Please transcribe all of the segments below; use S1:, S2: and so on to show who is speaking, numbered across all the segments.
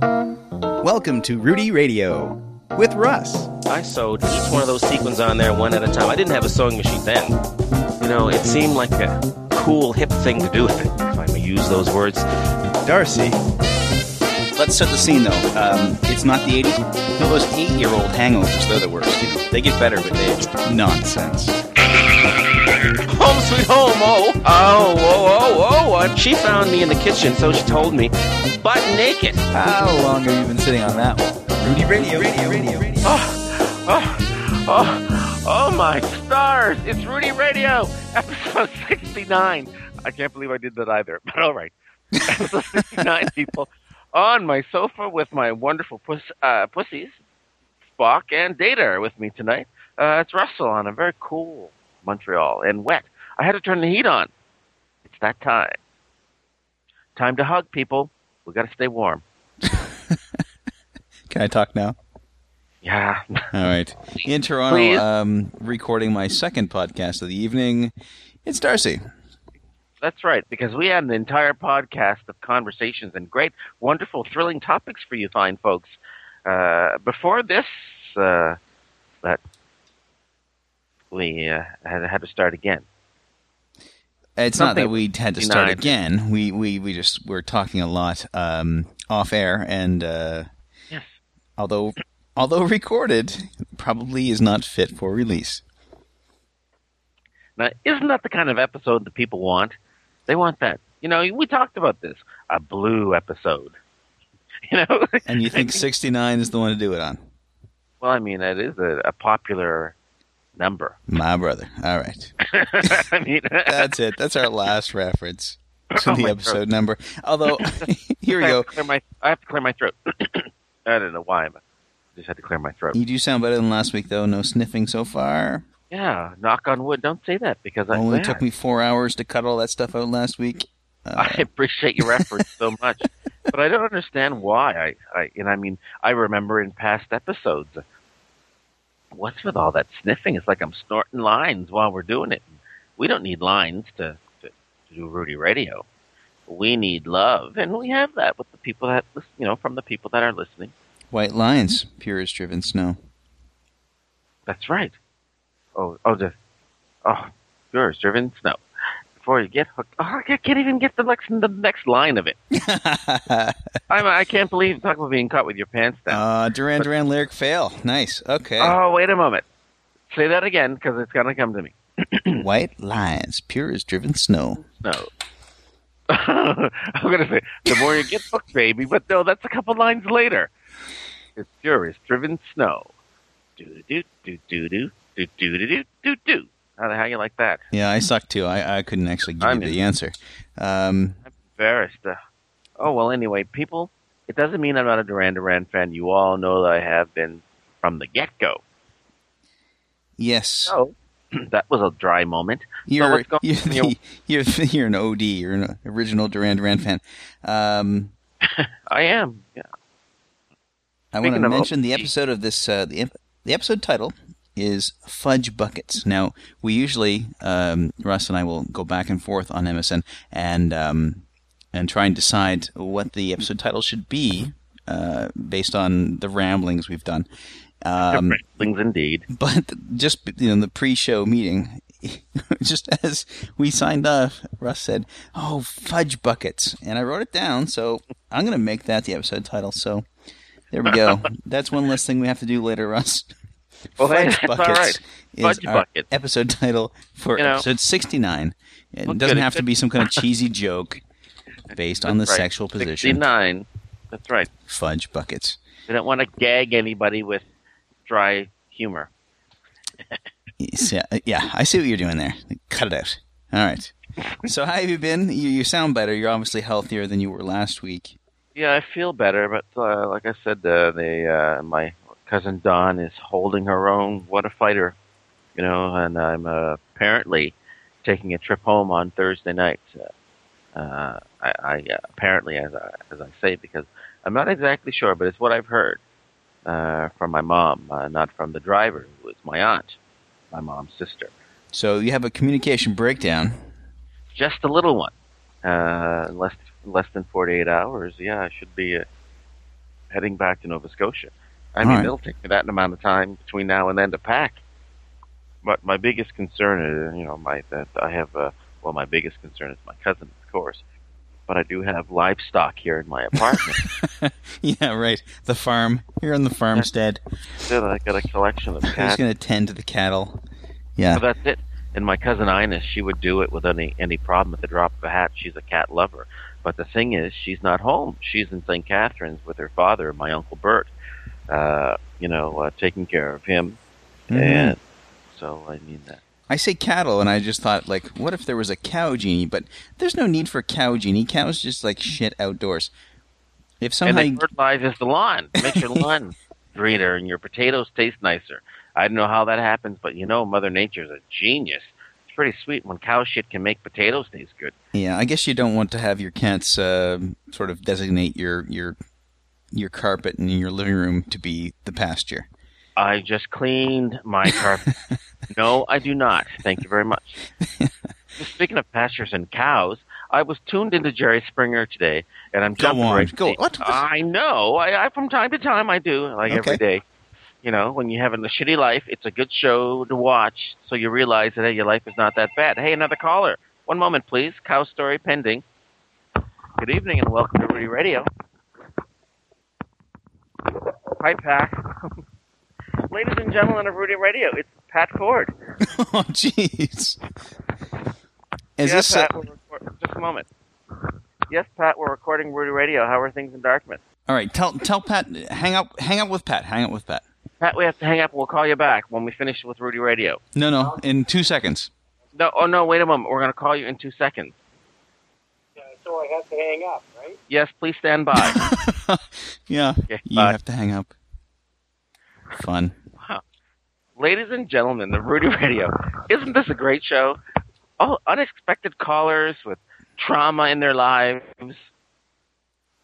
S1: Welcome to Rudy Radio with Russ.
S2: I sewed each one of those sequins on there one at a time. I didn't have a sewing machine then. You know, it seemed like a cool, hip thing to do, if I may use those words.
S1: Darcy. Let's set the scene though. Um, it's not the 80s. No, those eight year old hangovers, they're the worst. You know. They get better with age. Nonsense.
S2: Home sweet home, oh, oh, oh, oh, oh. Uh, she found me in the kitchen, so she told me, butt naked.
S1: How long have you been sitting on that one? Rudy Radio, Radio, Radio, Radio.
S2: Oh, oh, oh, oh my stars! It's Rudy Radio, episode 69. I can't believe I did that either, but all right. episode 69, people. On my sofa with my wonderful puss, uh, pussies, Spock and Data are with me tonight. Uh, it's Russell on a very cool Montreal and wet. I had to turn the heat on. It's that time. Time to hug, people. we got to stay warm.
S1: Can I talk now?
S2: Yeah.
S1: All right. In Toronto,
S2: Please.
S1: um, recording my second podcast of the evening. It's Darcy.
S2: That's right, because we had an entire podcast of conversations and great, wonderful, thrilling topics for you fine folks. Uh, before this, uh, that we uh, had, had to start again.
S1: It's not
S2: Something
S1: that we had to start
S2: denied.
S1: again. We we we just were talking a lot um, off air, and uh,
S2: Yes.
S1: although although recorded, probably is not fit for release.
S2: Now, isn't that the kind of episode that people want? They want that. You know, we talked about this a blue episode. You know,
S1: And you think sixty nine is the one to do it on?
S2: well, I mean, that is a, a popular number.
S1: My brother. All right,
S2: I mean,
S1: that's it. That's our last reference to
S2: Oh
S1: the
S2: my
S1: episode number. Although here we
S2: I
S1: go.
S2: Have to clear my, I have to clear my throat. I don't know why. I'm, I just had to clear my throat.
S1: You do sound better than last week, though. No sniffing so far.
S2: Yeah, knock on wood. Don't say that because I,
S1: Only
S2: yeah,
S1: took me four hours to cut all that stuff out last week.
S2: I appreciate your efforts so much, but I don't understand why. I, I and I mean, I remember in past episodes. What's with all that sniffing? It's like I'm snorting lines while we're doing it. We don't need lines to, to, to do Rudy Radio. We need love, and we have that with the people that lis- you know from the people that are listening.
S1: White lions, pure as driven snow.
S2: That's right. Oh, oh, the, oh, yours, driven snow. Before you get hooked, oh, I can't even get the next, the next line of it. I'm, I can't believe talk about being caught with your pants down.
S1: Uh, Duran Duran lyric fail. Nice. Okay.
S2: oh, wait a moment. Say that again, because it's gonna come to me.
S1: White lions, pure as driven snow.
S2: No. I'm gonna say the more you get hooked, baby. But no, that's a couple lines later. It's furious, driven snow. Do do do do do do do do do do do. How the hell you like that?
S1: Yeah, I suck too. I, I couldn't actually give
S2: I'm
S1: you
S2: in.
S1: the answer. Um,
S2: embarrassed. Uh, oh well. Anyway, people, it doesn't mean I'm not a Duran Duran fan. You all know that I have been from the get go.
S1: yes,
S2: Oh, So that was a dry moment. so
S1: you're
S2: what's going
S1: you're,
S2: on in your-
S1: the, you're you're an OD. You're an original Duran Duran fan. Um,
S2: I am. Yeah.
S1: I want
S2: Speaking
S1: to
S2: of
S1: mention the
S2: OD.
S1: episode of this. Uh, the, ep- the episode title is Fudge Buckets. Now, we usually, um, Russ and I will go back and forth on MSN and um, and try and decide what the episode title should be uh, based on the ramblings we've done. Um,
S2: Things indeed.
S1: but just you know, the pre-show meeting, just as we signed off, Russ said, "Oh, fudge buckets," and I wrote it down. So I'm going to make that the episode title. So there we go. That's one less thing we have to do later, Russ.
S2: Well, hey, that's all right.
S1: is
S2: Fudge
S1: our
S2: bucket.
S1: episode title for
S2: You know.
S1: episode 69. It
S2: Well,
S1: doesn't
S2: good,
S1: have to
S2: good.
S1: be some kind of cheesy joke based on the
S2: That's right.
S1: sexual position.
S2: Sixty-nine. That's right.
S1: Fudge buckets.
S2: We don't want to gag anybody with dry humor.
S1: Yeah, yeah, I see what you're doing there. Cut it out. All right. So how have you been? You, you sound better. You're obviously healthier than you were last week.
S2: Yeah, I feel better, but uh, like I said, uh, the uh, my cousin Don is holding her own. What a fighter, you know! And I'm uh, apparently taking a trip home on Thursday night. Uh, uh, I, I uh, apparently, as I, as I say, because I'm not exactly sure, but it's what I've heard uh, from my mom, uh, not from the driver, who is my aunt, my mom's sister.
S1: So you have a communication breakdown.
S2: just a little one. Uh, less less than forty eight hours. Yeah, I should be uh, heading back to Nova Scotia. I
S1: All
S2: mean,
S1: right.
S2: it'll take me that amount of time between now and then to pack. But my biggest concern is, you know, my that I have. Uh, well, my biggest concern is my cousin, of course. But I do have livestock here in my apartment.
S1: yeah, right. The farm. You're on the farmstead.
S2: Instead, I got a collection of
S1: Who's
S2: cats.
S1: going to tend to the cattle? Yeah.
S2: So that's it. And my cousin Ines, she would do it with any any problem at the drop of a hat. She's a cat lover. But the thing is, she's not home. She's in St. Catharines with her father, my uncle Bert. Uh, you know, uh, taking care of him.
S1: Mhm.
S2: And so I mean uh, that.
S1: I say cattle, and I just thought, like, what if there was a cow genie? But there's no need for cow genie. Cows just like shit outdoors. If
S2: and
S1: somehow,
S2: then fertilizes the lawn, makes your lawn greener, and your potatoes taste nicer. I don't know how that happens, but you know, Mother Nature's a genius. It's pretty sweet when cow shit can make potatoes taste good.
S1: yeah, I guess you don't want to have your cats um sort of designate your your your carpet and your living room to be the pasture.
S2: I just cleaned my carpet. no, I do not. Thank you very much. Speaking of pastures and cows, I was tuned into Jerry Springer today, and I'm
S1: Go
S2: jumping
S1: on.
S2: right.
S1: Go- what?
S2: I know. I, I from time to time I do, like
S1: Okay.
S2: every day. You know, when you're having a shitty life, it's a good show to watch, so you realize that hey, your life is not that bad. Hey, another caller. One moment, please. Cow story pending. Good evening, and welcome to Rudy Radio. Hi, Pat. Ladies and gentlemen of Rudy Radio, it's Pat Ford.
S1: oh, jeez. Is
S2: yes,
S1: this a-
S2: Pat, we're record- just a moment. Yes, Pat, we're recording Rudy Radio. How are things in Dartmouth?
S1: all right? Tell tell Pat, hang up, hang up with Pat, hang up with Pat.
S2: Pat, we have to hang up. We'll call you back when we finish with Rudy Radio.
S1: No, no, in two seconds.
S2: No, oh no, wait a moment. We're going to call you in two seconds.
S3: Uh, so I have to hang up, right?
S2: Yes, please stand by.
S1: Yeah,
S2: Okay,
S1: you
S2: bye.
S1: have to hang up. Fun.
S2: Ladies and gentlemen, the Rudy Radio. Isn't this a great show? All unexpected callers with trauma in their lives.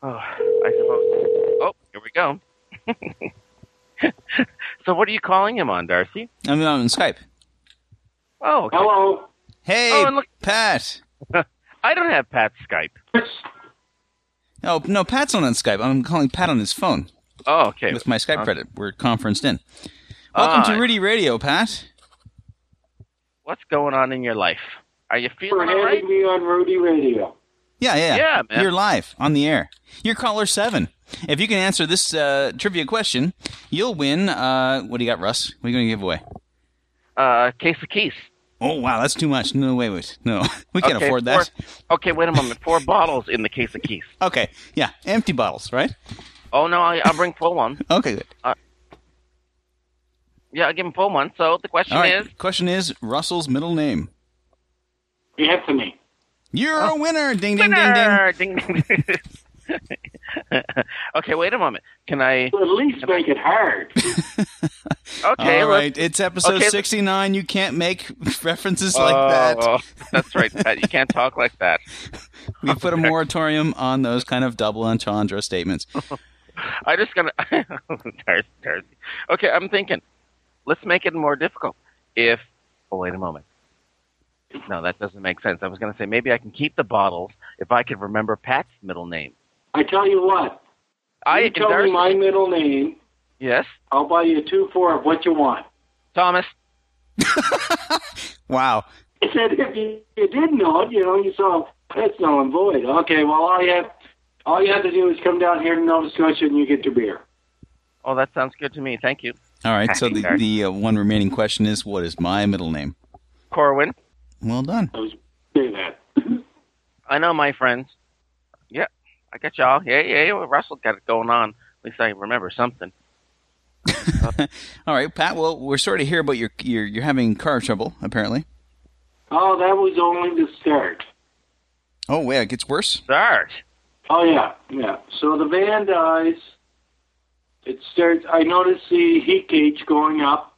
S2: Oh, I suppose. Oh, here we go. so, what are you calling him on, Darcy?
S1: I'm on Skype.
S2: Oh, okay.
S3: Hello.
S1: Hey,
S2: Oh, and look-
S1: Pat.
S2: I don't have Pat's Skype.
S1: No, no, Pat's not on Skype. I'm calling Pat on his phone
S2: Oh, okay.
S1: with my Skype
S2: Okay.
S1: credit. We're conferenced in. Welcome
S2: Ah.
S1: to Rudy Radio, Pat.
S2: What's going on in your life? Are you
S3: For
S2: feeling all right?
S3: having me on Rudy Radio.
S1: Yeah, yeah,
S2: Yeah, man.
S1: You're live on the air. You're caller seven. If you can answer this uh, trivia question, you'll win. Uh, what do you got, Russ? What are you going to give away?
S2: Uh, case of keys.
S1: Oh wow, that's too much. No, wait, wait, no, we can't
S2: Okay,
S1: afford that.
S2: Four, okay, wait a moment. Four bottles in the case of keys.
S1: Okay, yeah, empty bottles, right?
S2: Oh no, I, I'll bring full one.
S1: Okay, good.
S2: Yeah, I'll give him full one. So the question
S1: All right.
S2: is,
S1: Question is Russell's middle name.
S3: Anthony.
S1: You're a winner. Ding, ding, ding, ding.
S2: Oh. winner! Ding, ding, ding. okay, wait a moment. Can I?
S3: At least make it hard.
S2: Okay,
S1: All
S2: let's-
S1: right, it's episode
S2: okay, let's-
S1: 69. You can't make references like
S2: Oh,
S1: that.
S2: oh, that's right, Pat. You can't talk like that.
S1: We put a moratorium on those kind of double entendre statements.
S2: I just gonna. Darcy, Darcy. Okay, I'm thinking. Let's make it more difficult. If oh wait a moment. No, that doesn't make sense. I was gonna say maybe I can keep the bottles if I could remember Pat's middle name.
S3: I tell you what.
S2: I
S3: you tell
S2: Darcy,
S3: me my middle name.
S2: yes,
S3: I'll buy you two four of what you want.
S2: Thomas.
S1: Wow.
S3: I said if you, you did know it, you know you saw that's null and void. Okay, well all you have all you have to do is come down here to Nova Scotia and you get your beer.
S2: Oh, that sounds good to me. Thank you,
S1: All right, so the,
S2: Okay.
S1: the uh, one remaining question is what is my middle name?
S2: Corwin.
S1: Well done.
S3: I was say that.
S2: I know my friends. Yeah, I got y'all. Yeah, yeah, yeah. Russell got it going on. At least I remember something.
S1: All right, Pat, well, we're sorry to hear about your, your you're having car trouble, apparently.
S3: Oh, that was only the start.
S1: Oh, wait, it gets worse?
S2: Start.
S3: Oh yeah, yeah. So the van dies. It starts. I notice the heat gauge going up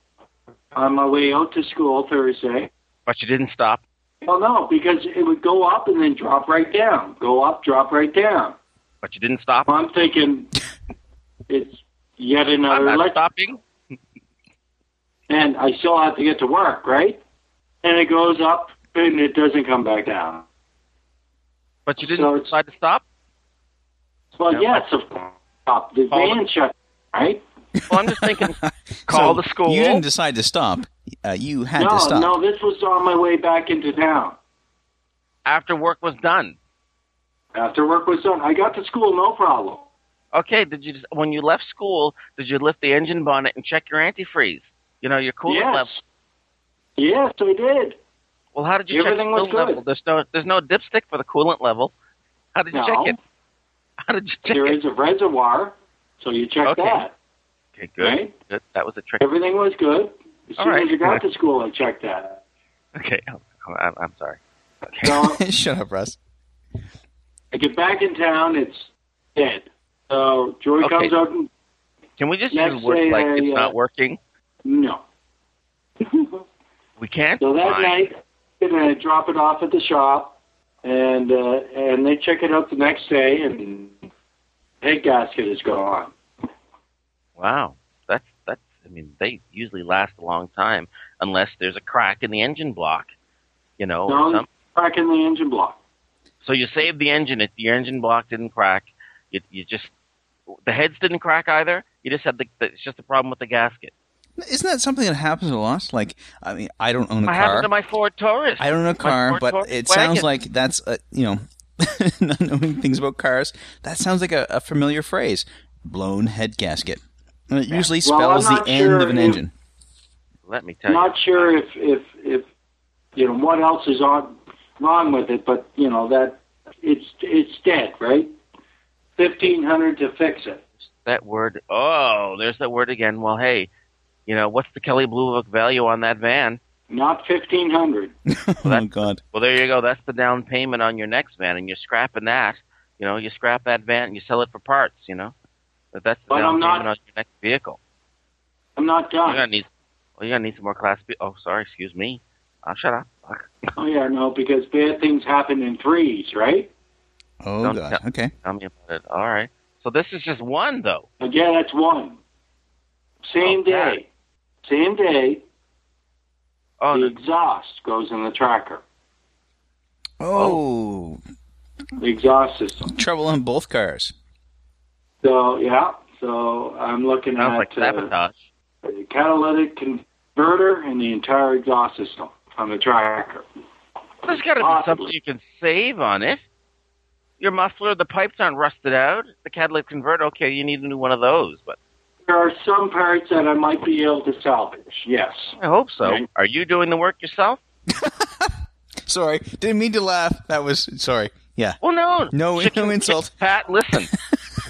S3: on my way out to school Thursday.
S2: But you didn't stop.
S3: Well, no, because it would go up and then drop right down. Go up, drop right down.
S2: But you didn't stop.
S3: I'm thinking it's yet
S2: I'm
S3: another
S2: not
S3: electric,
S2: stopping.
S3: and I still have to get to work, right? And it goes up and it doesn't come back down.
S2: But you
S3: So
S2: didn't
S3: it's-
S2: decide to stop.
S3: Well,
S2: Yeah.
S3: yes, of course. up. The
S2: Call
S3: van shut, right?
S2: Well, I'm just thinking, call
S1: So
S2: the school.
S1: You didn't decide to stop. Uh, you had to
S3: No,
S1: stop.
S3: no, this was on my way back into town.
S2: after work was done.
S3: After work was done, I got to school, no problem.
S2: Okay, did you just, when you left school? Did you lift the engine bonnet and check your antifreeze? You know your coolant
S3: yes.
S2: level.
S3: Yes, I did.
S2: Well, how did you
S3: Everything was
S2: check the coolant
S3: good.
S2: level? There's no there's no dipstick for the coolant level. How did you
S3: No.
S2: check it? How did you check
S3: There
S2: it?
S3: is a reservoir, so you check
S2: Okay.
S3: that.
S2: okay, good.
S3: right?
S2: good. That was a trick.
S3: Everything was good. As
S2: All
S3: soon
S2: right.
S3: as you got to school, I checked that.
S2: Okay, I'm, I'm, I'm sorry. Okay.
S3: So
S1: Shut up, Russ.
S3: I get back in town, it's dead. So Joy
S2: Okay.
S3: comes out and
S2: Can we just
S3: Next
S2: use words
S3: day,
S2: like
S3: I,
S2: it's
S3: uh,
S2: not working?
S3: no. so
S2: We can't.
S3: that
S2: Fine.
S3: night, I'm gonna drop it off at the shop, and uh, and they check it out the next day, and head gasket is gone.
S2: Wow, that's that's. I mean, they usually last a long time unless there's a crack in the engine block. You know, or
S3: No.
S2: Oh, some-
S3: Crack in the engine block.
S2: so you saved the engine. If the engine block didn't crack, you you just the heads didn't crack either. You just had the, the it's just a problem with the gasket.
S1: Isn't that something that happens a lot? Like, I mean, I don't own a
S2: What
S1: car.
S2: happened to my Ford Taurus?
S1: I don't own a car,
S2: Ford
S1: but
S2: Taurus
S1: it
S2: wagon.
S1: sounds like that's a, you know, not knowing things about cars. That sounds like a, a familiar phrase. Blown head gasket. And it usually
S3: Well, I'm
S1: spells the
S3: not
S1: end
S3: sure
S1: of an
S3: if-
S1: engine.
S2: Let me tell you.
S3: Not sure if if if you know what else is on wrong with it, but you know that it's it's dead, right? Fifteen hundred to fix it.
S2: that word. Oh, there's that word again. Well, hey, you know what's the Kelly Blue Book value on that van?
S3: Not fifteen hundred.
S1: oh God!
S2: Well, there you go. That's the down payment on your next van, and you're scrapping that. You know, you scrap that van and you sell it for parts. You know, but that's the
S3: But
S2: down
S3: I'm not-
S2: payment on your next vehicle.
S3: I'm not
S2: You're gonna
S3: done.
S2: need. Well, you're gonna need some more class B. Oh, sorry. Excuse me. I'll shut up. Fuck.
S3: Oh yeah, no, because bad things happen in threes, right?
S1: Oh
S2: Don't
S1: God!
S2: tell-
S1: Okay.
S2: Tell me about it. All right. So this is just one though.
S3: Again, that's one. Same
S2: Okay.
S3: day, same day,
S2: Oh,
S3: the
S2: no.
S3: exhaust goes in the tracker.
S1: Oh,
S3: The exhaust system.
S1: trouble on both cars.
S3: So yeah, so I'm looking
S2: sounds
S3: at
S2: like
S3: uh,
S2: sabotage.
S3: the catalytic converter and the entire exhaust system on the tracker.
S2: There's got to be
S3: Possibly.
S2: something you can save on it. Your muffler, the pipe's not rusted out. The catalytic converter, okay, you need a new one of those, but
S3: There are some parts that I might be able to salvage. Yes.
S2: I hope so.
S3: Right.
S2: Are you doing the work yourself?
S1: Sorry, didn't mean to laugh. That was sorry. Yeah.
S2: Well, no.
S1: No-
S2: Chicken-
S1: no insult.
S2: Pat, listen.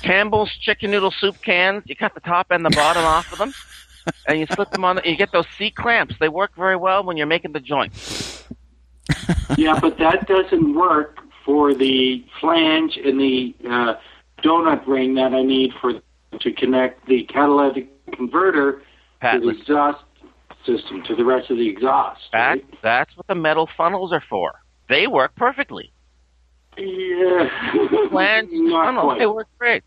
S2: Campbell's chicken noodle soup cans, you cut the top and the bottom off of them, and you slip them on, the, you get those C clamps. They work very well when you're making the joint.
S3: Yeah, but that doesn't work for the flange and the uh, donut ring that I need for to connect the catalytic converter
S2: Pat,
S3: to the
S2: listen,
S3: exhaust system to the rest of the exhaust.
S2: Pat,
S3: right?
S2: that's what the metal funnels are for. They work perfectly.
S3: Yeah.
S2: plans. no,
S3: Not
S2: no,
S3: quite.
S2: They work great.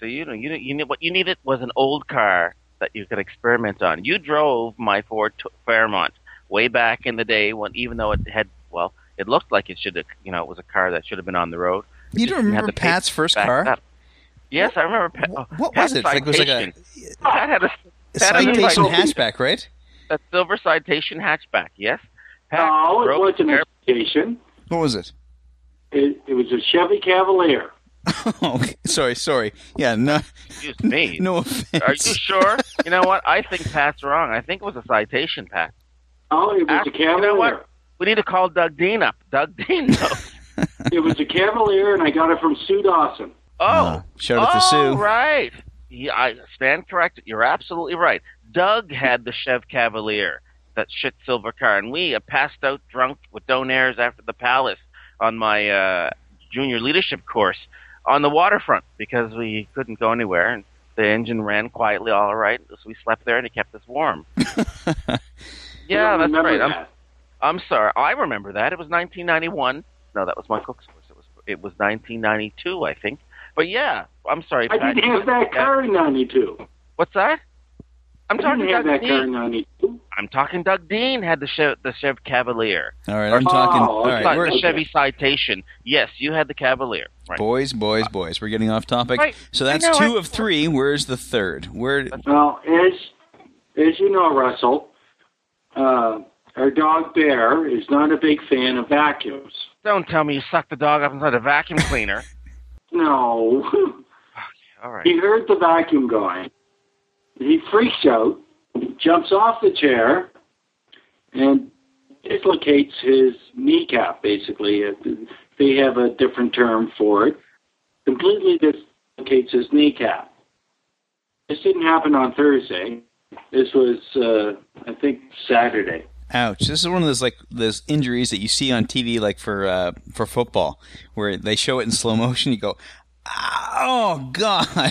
S2: So you know, you know, you know, what you needed was an old car that you could experiment on. You drove my Ford T- Fairmont way back in the day when, even though it had, well, it looked like it should, have, you know, it was a car that should have been on the road.
S1: You
S2: just
S1: don't
S2: had
S1: remember
S2: the paper
S1: Pat's first
S2: back
S1: car?
S2: up. Yes, I remember. Pat,
S1: Wh-
S2: oh,
S1: What was
S2: Pat's
S1: it? Like, it was like a,
S2: citation. Pat had a,
S1: a
S2: Pat had a
S1: citation
S2: citation-
S1: hatchback, right?
S2: a silver citation hatchback. Yes. Pat
S3: No, Oh, it
S2: drove
S3: wasn't
S2: Fair-
S3: a station.
S1: What was it?
S3: It, it was a Chevy Cavalier.
S1: Oh, okay. sorry, sorry. Yeah, no,
S2: Excuse me.
S1: no
S2: Are you
S1: offense.
S2: sure? you know what? I think Pat's wrong. I think it was a citation, Pat.
S3: Oh, it was
S2: Ask-
S3: a
S2: you know
S3: Cavalier.
S2: what? We need to call Doug Dean up. Doug Dean. knows.
S3: It was a Cavalier, and I got it from Sue Dawson.
S2: oh,
S1: shout out to
S2: oh,
S1: Sue.
S2: right. Yeah, I stand corrected. You're absolutely right. Doug had the Chev Cavalier, that shit silver car, and we uh, passed out drunk with donairs after the palace on my uh, junior leadership course on the waterfront because we couldn't go anywhere and the engine ran quietly all right so we slept there and it kept us warm
S3: I
S2: yeah
S3: don't
S2: that's
S3: remember
S2: right I'm-
S3: that.
S2: I'm sorry. I remember that. It was 1991. No, that was my cook's course. It was it was 1992, I think. But yeah, I'm sorry.
S3: I
S2: Pat.
S3: didn't have that car in '92.
S2: What's that? I'm
S3: I
S2: talking
S3: didn't have
S2: Doug
S3: that
S2: Dean.
S3: car in '92.
S2: I'm talking Doug Dean had the Chev, the Chev Cavalier.
S1: All right, I'm talking.
S3: Oh,
S1: all right,
S3: okay.
S2: Sorry,
S1: we're,
S2: the Chevy Citation. Yes, you had the Cavalier. Right.
S1: Boys, boys, boys. We're getting off topic.
S2: Right.
S1: So
S2: I
S1: that's
S2: know,
S1: two
S2: I-
S1: of three. Where's the third? Where?
S3: Well, as as you know, Russell, uh, our dog Bear is not a big fan of vacuums.
S2: Don't tell me you sucked the dog up inside a vacuum cleaner.
S3: No,
S2: All right.
S3: he heard the vacuum going. He freaks out, jumps off the chair, and dislocates his kneecap. Basically, It- they have a different term for it. Completely dislocates his kneecap. This didn't happen on Thursday. This was, uh, I think, Saturday.
S1: Ouch! This is one of those like those injuries that you see on TV, like for uh, for football, where they show it in slow motion. You go, oh god!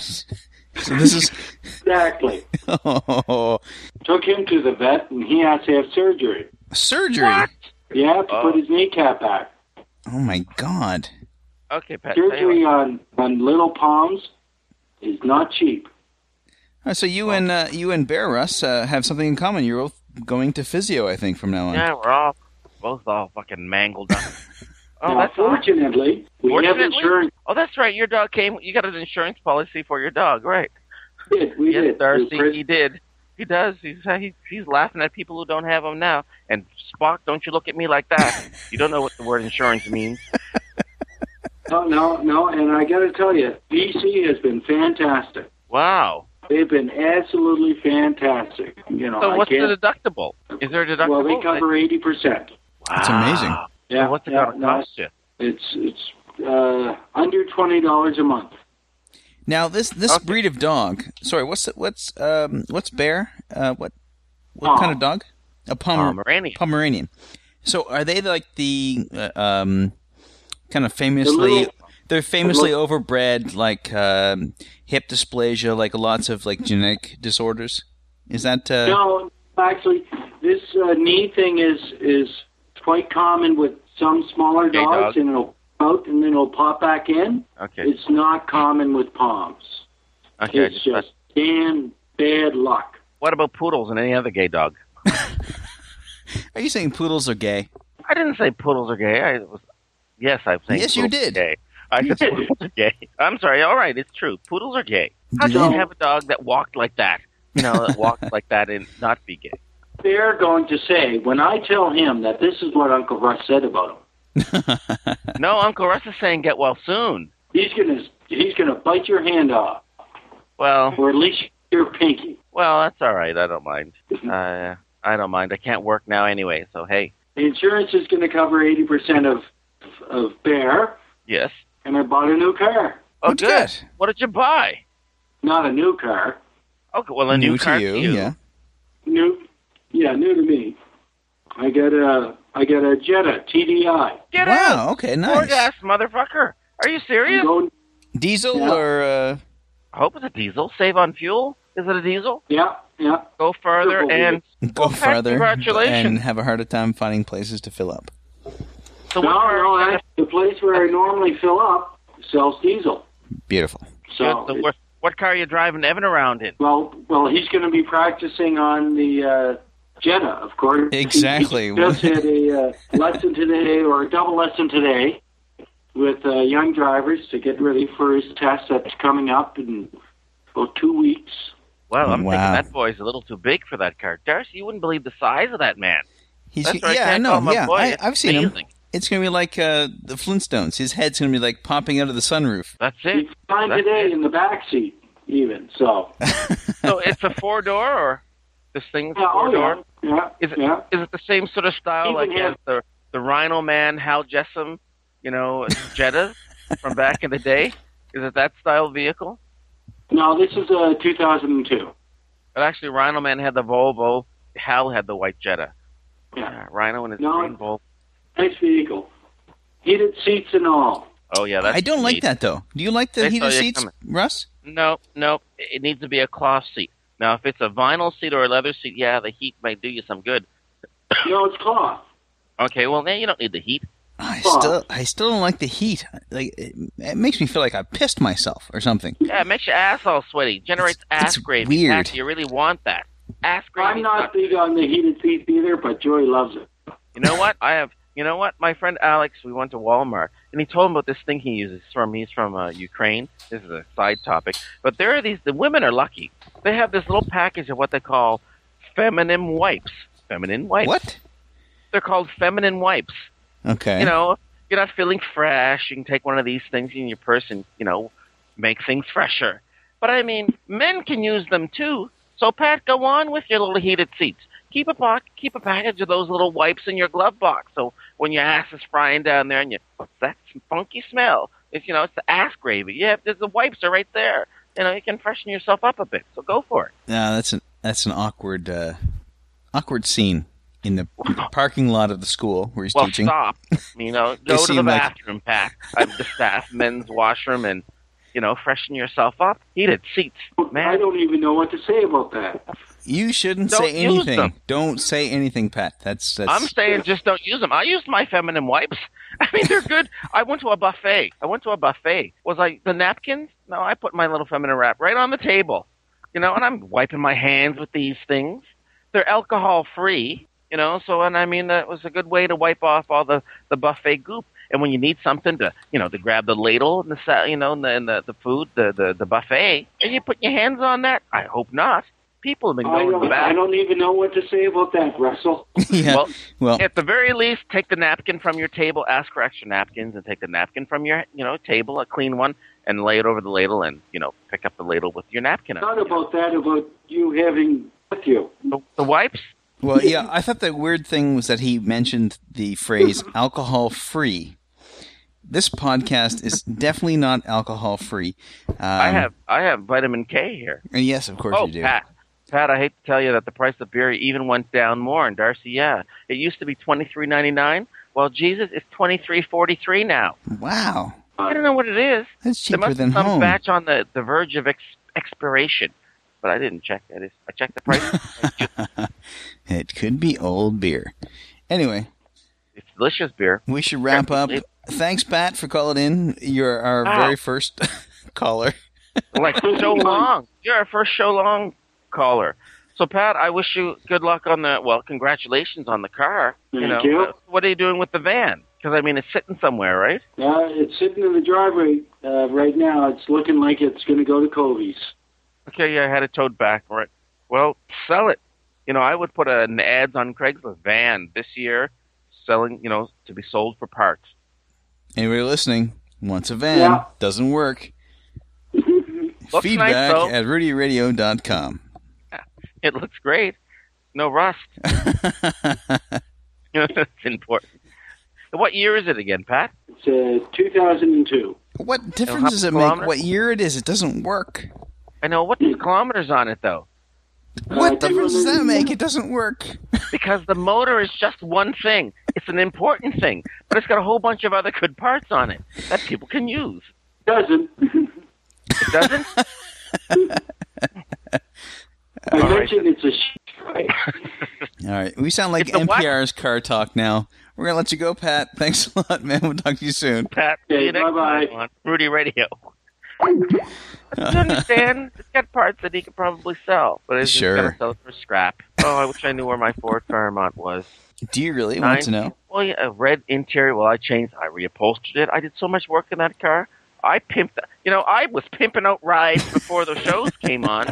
S1: So this is
S3: Exactly.
S1: oh,
S3: Took him to the vet, and he has to have surgery.
S1: surgery.
S2: What?
S3: Yeah, to
S2: Oh.
S3: put his kneecap back.
S1: Oh my god!
S2: Okay, Pat. tell you what.
S3: Surgery on on little palms is not cheap.
S1: All right, so you and uh, you and Bear Russ uh, have something in common. You're both going to physio, I think, from now on.
S2: Yeah, we're all both all fucking mangled up. Oh,
S3: now,
S2: that's awesome.
S3: fortunately, we
S2: Fortunately?
S3: have insurance.
S2: Oh, that's right. Your dog came. You got an insurance policy for your dog, right?
S3: We did. We
S2: yes,
S3: did.
S2: Darcy,
S3: Chris-
S2: he did. He does. He's he, he's laughing at people who don't have them now. And Spock, don't you look at me like that. you don't know what the word insurance means.
S3: no, no, no. And I got to tell you, BC has been fantastic.
S2: Wow.
S3: They've been absolutely fantastic. You know,
S2: So
S3: I
S2: what's the
S3: can't.
S2: deductible? Is there a deductible?
S3: well, they cover eighty percent.
S1: That's amazing.
S2: Wow.
S3: Yeah,
S2: So what's it
S3: yeah,
S2: gonna
S3: no,
S2: cost you?
S3: It's it's uh, under twenty dollars a month.
S1: Now this this
S2: Okay.
S1: breed of dog. Sorry, what's what's um what's bear? Uh, what what
S3: Pom.
S1: kind of dog? A Pomer-
S2: Pomeranian.
S1: Pomeranian. So are they like the uh, um kind of famously
S3: little-
S1: they're famously overbred like um, hip dysplasia like lots of like genetic disorders. Is that uh,
S3: No, actually, this uh, knee thing is is quite common with some smaller
S2: Hey,
S3: dogs,
S2: dog.
S3: and it'll out and then it'll pop back in.
S2: Okay.
S3: It's not common with palms.
S2: Okay. I
S3: it's
S2: just-
S3: just damn bad luck.
S2: What about poodles and any other gay dog?
S1: Are you saying poodles are gay?
S2: I didn't say poodles are gay. I was, yes, I'm saying.
S1: Yes, you
S2: poodles are
S1: did.
S2: Gay. I said
S3: did.
S2: poodles are gay. I'm sorry. All right, it's true. Poodles are gay. How could you
S3: No.
S2: have a dog that walked like that? You know, that walked like that and not be gay.
S3: They're going to say when I tell him that this is what Uncle Russ said about him.
S2: No, Uncle Russ is saying get well soon.
S3: He's gonna he's gonna bite your hand off,
S2: Well,
S3: or at least your pinky.
S2: well, that's all right. I don't mind. Uh, I don't mind. I can't work now anyway. So hey,
S3: The insurance is gonna cover eighty percent of of bear,
S2: yes.
S3: and I bought a new car.
S2: Oh,
S1: That's
S2: good. What did you buy?
S3: Not a new car.
S2: Okay, well, a new,
S1: to
S2: car
S1: you,
S2: to you.
S1: yeah.
S3: New, yeah, new to me. I got a I got a Jetta TDI.
S2: Get out,
S1: wow. Okay. Nice.
S2: ass motherfucker. Are you
S3: I'm
S2: serious?
S3: going,
S1: Diesel
S3: Yeah.
S1: or uh,
S2: I hope it's a diesel. Save on fuel. Is it a diesel?
S3: yeah, yeah.
S2: Go further
S3: Triple
S2: and
S1: go
S2: Okay,
S1: farther
S2: congratulations.
S1: and have a harder time finding places to fill up.
S2: so
S3: No,
S2: what car
S3: no,
S2: are you
S3: I, the place where I normally fill up sells diesel.
S1: Beautiful.
S3: So
S2: gonna- so what, what car are you driving Evan around in?
S3: well, well, he's going to be practicing on the uh, Jetta, of course.
S1: Exactly.
S3: He just had a uh, lesson today or a double lesson today with uh, young drivers to get ready for his test that's coming up in about two weeks.
S2: Well, I'm
S1: Wow.
S2: thinking that boy's a little too big for that car. Darcy, you wouldn't believe the size of that man.
S1: He's
S2: That's right.
S1: yeah, I
S2: Can't call
S1: know.
S2: him a
S1: Yeah,
S2: boy.
S1: I,
S2: It's
S1: I've seen him.
S2: amazing.
S1: It's gonna be like uh, the Flintstones. His head's gonna be like popping out of the sunroof.
S2: That's it.
S3: He's fine
S2: That's
S3: today
S2: it.
S3: in the back seat, even. So
S2: so it's a four door, or this thing's
S3: yeah,
S2: four
S3: oh
S2: door.
S3: yeah, yeah,
S2: Is it-
S3: yeah.
S2: Is it the same sort of style
S3: Even
S2: like
S3: him.
S2: as the the Rhino Man, Hal Jessam, you know, Jetta from back in the day? Is it that style vehicle?
S3: No, this is uh, 2002.
S2: But actually, Rhino Man had the Volvo. Hal had the white Jetta.
S3: Yeah,
S2: Rhino and his
S3: No.
S2: green Volvo.
S3: nice vehicle, heated seats and all.
S2: Oh yeah, that's
S1: I don't like
S2: neat.
S1: that though. Do you like the
S2: They saw
S1: heated
S2: you
S1: seats,
S2: coming.
S1: Russ?
S2: No, no, it needs to be a cloth seat. Now, if it's a vinyl seat or a leather seat, yeah, the heat might do you some good.
S3: No, it's cloth.
S2: Okay, well, now you don't need the heat.
S1: I
S3: Well-
S1: still, I still don't like the heat. Like it, it makes me feel like I pissed myself or something.
S2: Yeah, it makes your ass all sweaty. Generates
S1: It's-
S2: ass
S1: it's
S2: gravy.
S1: weird.
S2: Actually, you really want that. Ass gravy.
S3: I'm not big on the heated seats either, but Joy loves it.
S2: You know what? I have. You know what? My friend Alex, we went to Walmart and he told him about this thing he uses from he's from uh, Ukraine. This is a side topic, but there are these the women are lucky. They have this little package of what they call feminine wipes. Feminine wipes.
S1: What?
S2: They're called feminine wipes.
S1: Okay.
S2: You know, you're not feeling fresh. You can take one of these things in your purse and you know make things fresher. But I mean, men can use them too. So Pat, go on with your little heated seats. Keep a box, keep a package of those little wipes in your glove box. So when your ass is frying down there and you, what's that funky smell? It's you know, it's the ass gravy. Yeah, there's the wipes are right there. You know, you can freshen yourself up a bit. So go for it.
S1: No, that's an that's an awkward uh, awkward scene in the, in the parking lot of the school where he's
S2: Well,
S1: teaching.
S2: stop. You know,
S1: They
S2: go to the
S1: seem like-
S2: bathroom, Pat. I'm the staff men's washroom, and you know, freshen yourself up. Heated seats,
S3: I
S2: man.
S3: don't even know what to say about that.
S1: You shouldn't
S2: Don't
S1: say
S2: use
S1: anything.
S2: them.
S1: Don't say anything, Pat. That's that's
S2: I'm saying just don't use them. I used my feminine wipes. I mean, they're good. I went to a buffet. I went to a buffet. Was I the napkins? No, I put my little feminine wrap right on the table. You know, and I'm wiping my hands with these things. They're alcohol free. You know, so and I mean that was a good way to wipe off all the the buffet goop. And when you need something to, you know, to grab the ladle and the sa- you know and the and the, the food, the, the the buffet, and you put your hands on that. I hope not. People have been
S3: I
S2: going to the
S3: don't, I
S2: bathroom.
S3: don't even know what to say about that, Russell.
S1: yeah.
S2: Well,
S1: Well,
S2: at the very least, take the napkin from your table, ask for extra napkins, and take the napkin from your you know table, a clean one, and lay it over the ladle, and you know pick up the ladle with your napkin. on
S3: Thought
S2: it.
S3: about that about you having with you.
S2: the, the wipes.
S1: well, yeah. I thought the weird thing was that he mentioned the phrase "alcohol free." This podcast is definitely not alcohol free. Um,
S2: I have I have vitamin K here.
S1: and yes, of course
S2: Oh,
S1: you do.
S2: Pat, Pat, I hate to tell you that the price of beer even went down more in Darcy. Yeah, it used to be twenty three ninety nine. Well, Jesus, it's twenty three forty three now.
S1: Wow,
S2: I don't know what it is.
S1: that's
S2: There
S1: cheaper
S2: must
S1: than
S2: be some
S1: home.
S2: batch on the, the verge of ex- expiration, but I didn't check that. I checked the price.
S1: It could be old beer. Anyway,
S2: it's delicious beer.
S1: we should wrap up.
S2: Definitely.
S1: Thanks, Pat, for calling in. You're our
S2: Wow.
S1: very first caller.
S2: like so long. You're our first show long caller. So Pat, I wish you good luck on the well, congratulations on the car. you
S3: Thank
S2: know,
S3: you.
S2: Uh, what are you doing with the van? Because I mean, it's sitting somewhere, right?
S3: Uh, it's sitting in the driveway uh, right now. It's looking like it's going to go to Covey's.
S2: Okay, yeah, I had it towed back. Right. Well, sell it. You know, I would put an ads on Craigslist van this year, selling. You know, to be sold for parts.
S1: Anybody listening? Once a van
S3: Yeah.
S1: doesn't work.
S2: Looks nice,
S1: Feedback
S2: though.
S1: at rudyradio.com.
S2: It looks great. No rust. That's important. What year is it again, Pat?
S3: It's uh, 2002.
S1: what
S2: have
S1: difference does it
S2: kilometers?
S1: make what year it is? It doesn't work.
S2: I know what's
S3: Hmm.
S2: the kilometers on it though.
S1: What
S3: Uh,
S1: difference does that make? It doesn't work.
S2: because the motor is just one thing. It's an important thing, but it's got a whole bunch of other good parts on it that people can use.
S3: It doesn't.
S2: It doesn't.
S3: I
S2: All right.
S3: mentioned it's a sh- right.
S1: All right. We sound like
S2: It's a what?
S1: NPR's car talk now. We're going to let you go, Pat. Thanks a lot, man. We'll talk to you soon.
S2: Pat, see
S3: Okay,
S2: you next
S3: bye-bye.
S2: time on Rudy Radio. Do you understand? It's got parts that he could probably sell, but it's
S1: Sure.
S2: just gonna sell it for scrap. Oh, I wish I knew where my Ford Fairmont was.
S1: Do you really
S2: Nine-
S1: want to know?
S2: Well, yeah, a red interior. Well, I changed. I reupholstered it. I did so much work in that car. I pimped. You know, I was pimping out rides before the shows came on.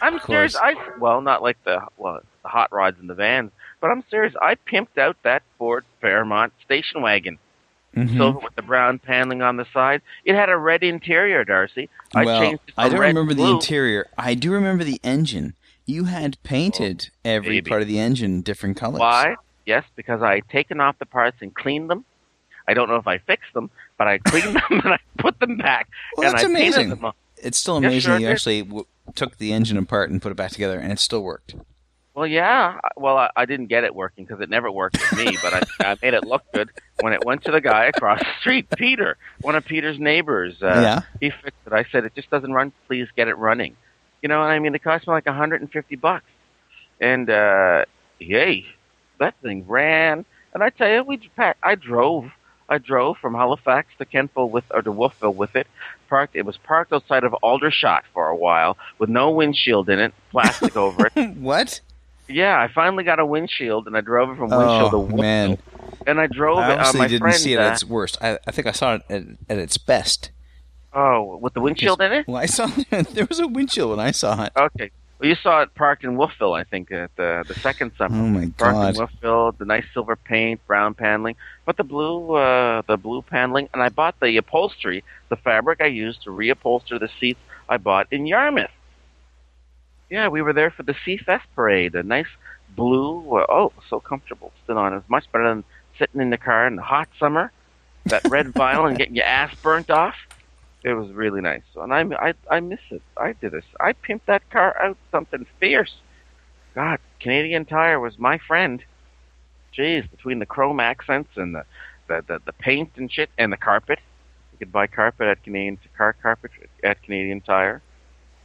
S2: I'm serious. I well, not like the well, the hot rods and the vans, but I'm serious. I pimped out that Ford Fairmont station wagon,
S1: Mhm.
S2: silver with the brown paneling on the side. It had a red interior, Darcy. I
S1: well,
S2: changed. It
S1: I
S2: from
S1: don't
S2: red
S1: remember
S2: to blue.
S1: the interior. I do remember the engine. You had painted every
S2: Oh, maybe.
S1: part of the engine different colors.
S2: Why? Yes, because I had taken off the parts and cleaned them. I don't know if I fixed them, but I cleaned them and I put them back.
S1: Well,
S2: and
S1: that's
S2: I painted
S1: amazing.
S2: them up.
S1: It's still
S2: Yeah,
S1: amazing
S2: sure,
S1: you
S2: it is.
S1: actually w- took the engine apart and put it back together, and it still worked.
S2: Well, yeah. I- Well, I, I didn't get it working because it never worked with me, but I, I made it look good when it went to the guy across the street, Peter, one of Peter's neighbors. Uh,
S1: yeah.
S2: He fixed it. I said, "It just doesn't run. Please get it running." You know, and I mean, it cost me like 150 bucks, and uh, yay, that thing ran. And I tell you, we Pat, I drove. I drove from Halifax to Kentville with or to Wolfville with it. Parked. It was parked outside of Aldershot for a while with no windshield in it, plastic over it.
S1: What?
S2: Yeah, I finally got a windshield, and I drove it from windshield to
S1: Oh
S2: windshield.
S1: man,
S2: and I drove
S1: I
S2: it on
S1: honestly
S2: Oh, uh, my
S1: didn't
S2: friend's
S1: see it
S2: back.
S1: at its worst. I, I think I saw it at, at its best.
S2: Oh, with the windshield in it?
S1: Well, I saw there was a windshield when I saw it.
S2: Okay. Well, you saw it parked in Wolfville, I think, at the the second
S1: Oh
S2: summer.
S1: my
S2: Parked
S1: god!
S2: in Wolfville, the nice silver paint, brown paneling, but the blue, uh, the blue paneling, and I bought the upholstery, the fabric I used to reupholster the seats I bought in Yarmouth. Yeah, we were there for the Sea Fest parade. A nice blue, uh, oh, so comfortable. Stood on. It was much better than sitting in the car in the hot summer, that red vinyl and getting your ass burnt off. It was really nice, and I, I, I miss it. I did this. I pimped that car out something fierce. God, Canadian Tire was my friend. Jeez, between the chrome accents and the, the, the, the paint and shit and the carpet, you could buy carpet at Canadian car carpet at Canadian Tire.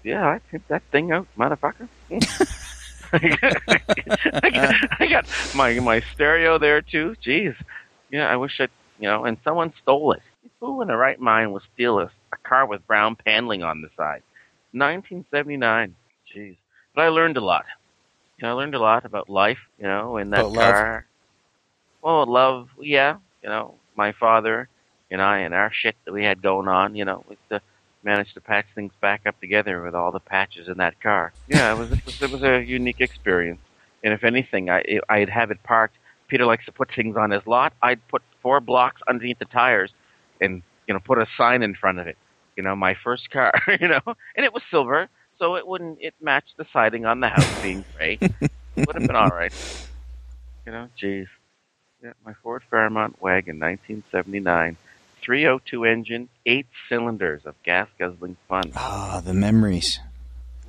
S2: Yeah, I pimped that thing out, motherfucker. I, got, I got my my stereo there too. Jeez, yeah, I wish I you know, and someone stole it. Who in their right mind would steal a, a car with brown paneling on the side? 1979. Jeez. But I learned a lot. You know, I learned a lot about life, you know, in that
S1: About love.
S2: car. Well, love, yeah. You know, my father and I and our shit that we had going on, you know, we uh, managed to patch things back up together with all the patches in that car. Yeah, it was, it was, it was a unique experience. And if anything, I, I'd have it parked Peter likes to put things on his lot. I'd put four blocks underneath the tires and, you know, put a sign in front of it. You know, my first car, you know, and it was silver, so it wouldn't, it matched the siding on the house being gray. Would have been all right. You know, jeez. Yeah, my Ford Fairmont wagon, 1979. 302 engine, eight cylinders of gas guzzling fun.
S1: Ah, the memories.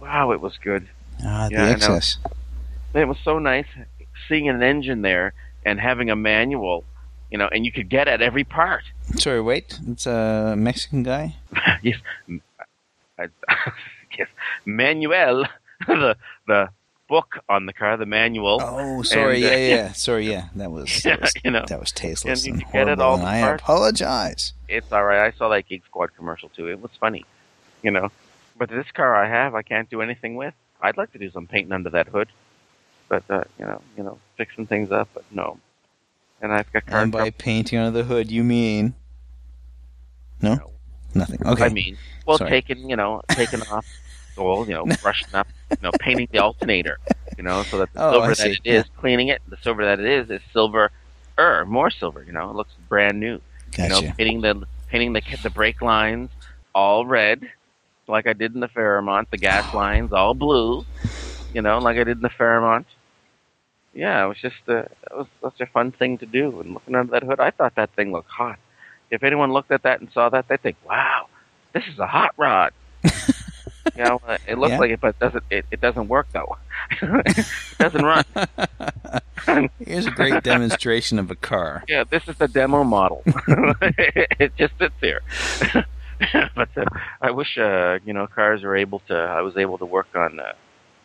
S2: Wow, it was good.
S1: Ah, the
S2: Yeah, I know.
S1: excess.
S2: It was so nice seeing an engine there and having a manual, you know, and you could get at every part.
S1: Sorry, wait. It's a Mexican guy.
S2: yes, m- I- yes, Manuel, the the book on the car, the manual.
S1: Oh, sorry.
S2: And, uh,
S1: yeah, yeah, yeah. Sorry, yeah. That was that was,
S2: you know,
S1: that was tasteless
S2: you
S1: and,
S2: get it
S1: horrible.
S2: all
S1: and I
S2: apart.
S1: apologize.
S2: it's all right. I saw that Geek Squad commercial too. It was funny, you know. But this car I have, I can't do anything with. I'd like to do some painting under that hood, but uh, you know, you know, fixing things up. But no, and I've got car
S1: And by painting under the hood, you mean no,
S2: No.
S1: nothing. Okay.
S2: I mean, well,
S1: Sorry.
S2: taking you know, taking off, well, you know, brushing up, you know, painting the alternator, you know, so that the
S1: Oh, I
S2: silver
S1: see.
S2: that it is, cleaning it, the silver that it is is silver, er, more silver. You know, it looks brand new.
S1: gotcha.
S2: You know, painting the painting the the brake lines all red, like I did in the Fairmont. The gas lines all blue, you know, like I did in the Fairmont. Yeah, it was just uh it was such a fun thing to do. And looking under that hood, I thought that thing looked hot. If anyone looked at that and saw that, they'd think, "Wow, this is a hot rod." you know, uh, it looks
S1: Yeah.
S2: like it, but it doesn't it, it doesn't work though. it doesn't run.
S1: Here's a great demonstration of a car.
S2: Yeah, this is the demo model. it just sits there. but uh, I wish uh, you know cars were able to. I was able to work on uh,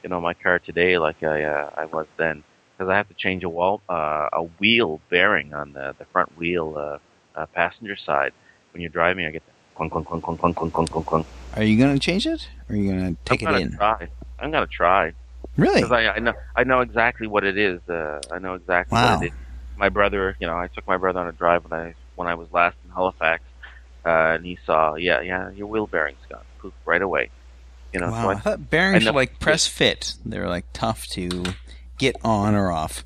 S2: you know my car today like I uh, I was then because I have to change a wall uh, a wheel bearing on the the front wheel uh, uh, passenger side when you're driving. I get that clunk clunk clunk clunk clunk clunk clunk clunk clunk.
S1: Are you gonna change it? Or are you gonna take
S2: I'm
S1: it
S2: gonna
S1: in?
S2: Try. I'm gonna try
S1: Really?
S2: because I, I know I know exactly what it is. Uh, I know exactly
S1: Wow.
S2: what it is. My brother, you know, I took my brother on a drive when I when I was last in Halifax, uh, and he saw, yeah, yeah, your wheel bearings gone, poof, right away. You know,
S1: Wow. I
S2: so
S1: thought
S2: I
S1: bearings
S2: know-
S1: were like press fit. They're like tough to get on or off.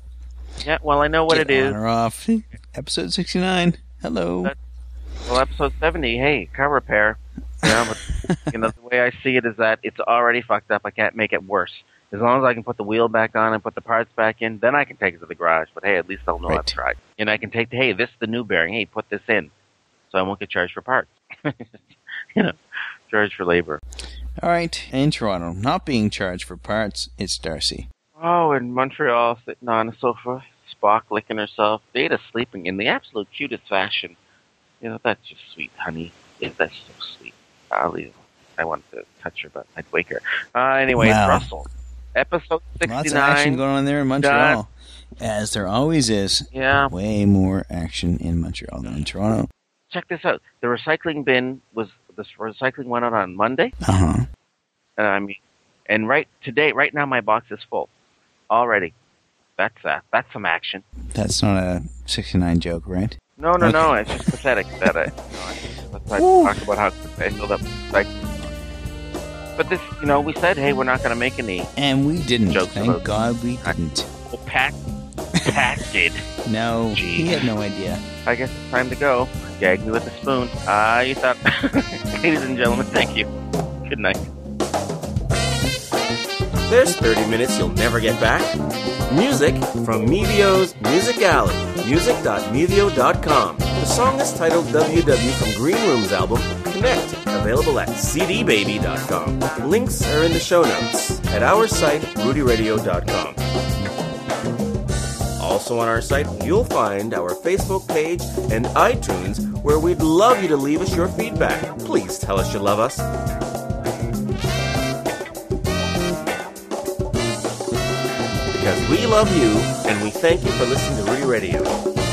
S2: I, yeah, well, I know what
S1: get
S2: it is.
S1: on or off. Episode sixty nine. Hello.
S2: That's- Well, episode seventy, hey, car repair. You know, but, you know, the way I see it is that it's already fucked up. I can't make it worse. As long as I can put the wheel back on and put the parts back in, then I can take it to the garage. But hey, at least I'll know I've
S1: Right.
S2: tried. And I can take, the, hey, this is the new bearing. Hey, put this in, so I won't get charged for parts. you know, charged for labor.
S1: All right. In Toronto, not being charged for parts, it's Darcy.
S2: Oh, in Montreal, sitting on a sofa, Spock licking herself, Data sleeping in the absolute cutest fashion. You know, that's just sweet, honey. Yeah, that's so sweet. Ali, I wanted to touch her, but I'd wake her. Uh, anyway,
S1: Wow.
S2: Russell, episode
S1: Lots of action
S2: 69.
S1: going on there in Montreal, as there always is.
S2: Yeah,
S1: Way more action in Montreal than in Toronto.
S2: check this out. The recycling bin was, this recycling went out on Monday.
S1: Uh huh.
S2: And I mean, and right today, right now, my box is full already. That's uh, that's some action.
S1: That's not a 69 joke, right?
S2: No, no,
S1: Okay.
S2: no. It's just pathetic that I, you know, I let's not
S1: Woo.
S2: talk about how I filled up. Like, but this, you know, we said, hey, we're not going to make any.
S1: And we didn't.
S2: Joke's
S1: Thank
S2: about-
S1: God we didn't.
S2: Well, Pat, Pat did.
S1: No,
S2: Gee.
S1: he had no idea.
S2: I guess it's time to go. Gag me with a spoon. Ah, you thought. Ladies and gentlemen, thank you. Good night.
S4: There's 30 minutes you'll never get back. Music from Mevio's Music Alley, music.mevio.com. The song is titled WW from Green Room's album, Connect, available at cdbaby.com. Links are in the show notes at our site, rudyradio.com. Also on our site, you'll find our Facebook page and iTunes, where we'd love you to leave us your feedback. Please tell us you love us. because we love you and we thank you for listening to Rudy Radio.